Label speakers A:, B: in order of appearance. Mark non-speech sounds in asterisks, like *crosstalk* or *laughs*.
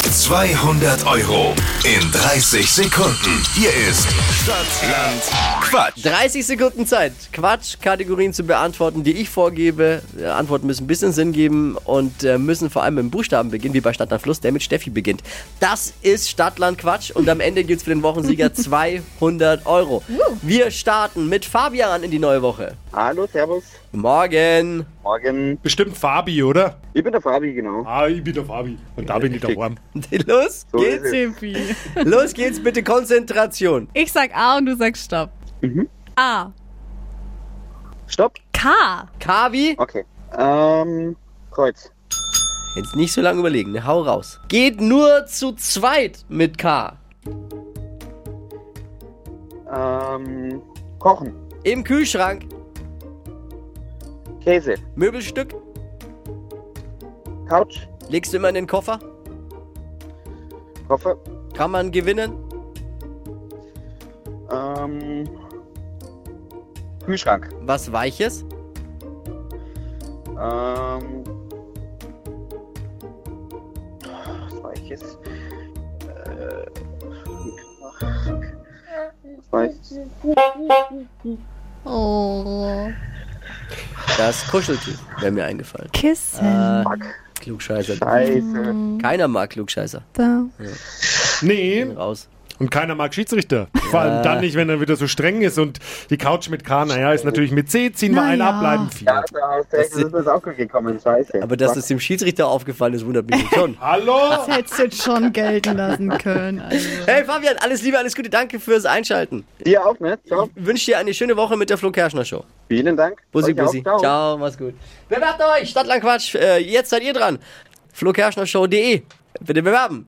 A: 200 Euro in 30 Sekunden. Hier ist Stadtland Quatsch.
B: 30 Sekunden Zeit, Quatsch-Kategorien zu beantworten, die ich vorgebe. Äh, Antworten müssen ein bisschen Sinn geben und äh, müssen vor allem mit dem Buchstaben beginnen, wie bei Stadtland Fluss, der mit Steffi beginnt. Das ist Stadtland Quatsch und am Ende gibt's für den Wochensieger 200 Euro. Wir starten mit Fabian in die neue Woche.
C: Hallo, Servus.
B: Morgen. *laughs*
C: Morgen.
D: Bestimmt Fabi, oder?
C: Ich bin der Fabi, genau.
D: Ah, ich bin der Fabi. Und da bin ich der Arm.
B: Los
C: So ist
B: geht's.
C: es.
E: Tippi.
B: Los geht's, bitte Konzentration.
E: Ich sag A und du sagst Stopp. A.
C: Stopp.
E: K.
B: Kavi,
C: Okay. Ähm, Kreuz.
B: jetzt nicht so lange überlegen, ne? hau raus. Geht nur zu zweit mit K.
C: Ähm, Kochen.
B: Im Kühlschrank,
C: Käse.
B: Möbelstück,
C: Couch.
B: legst du immer in den Koffer,
C: Koffer.
B: kann man gewinnen.
C: Ähm, Kühlschrank.
B: Was Weiches,
C: Ähm, was war ich jetzt? Äh, was war ich?
E: Oh.
B: das Kuscheltier, wäre mir eingefallen.
E: Kissen.
B: Klugscheißer.
C: Scheiße.
B: Keiner mag Klugscheißer.
E: Äh.
D: Nee,
B: Raus.
D: und keiner mag Schiedsrichter. Vor allem dann nicht, wenn er wieder so streng ist und die Couch mit K, naja, ist natürlich mit C, ziehen wir
E: Na
D: einen
E: ja.
D: ab, bleiben vier.
C: Ja, da hast du recht, das ist mir auch gut gekommen. Scheiße.
B: Aber dass es dem Schiedsrichter aufgefallen ist, wundert mich *laughs* schon.
D: Hallo?
E: Das hättest du jetzt schon gelten lassen können. Also.
B: Hey Fabian, alles Liebe, alles Gute, danke fürs Einschalten.
C: Dir auch, ne? Ciao.
B: Wünsche dir eine schöne Woche mit der Flo Kerschner Show.
C: Vielen Dank.
B: Bussi,
C: Euch auch.
B: Bussi. Ciao. mach's gut. Bewerbt euch, Stadtlandquatsch, äh, jetzt seid ihr dran. flokerschnershow.de. E. Bitte bewerben.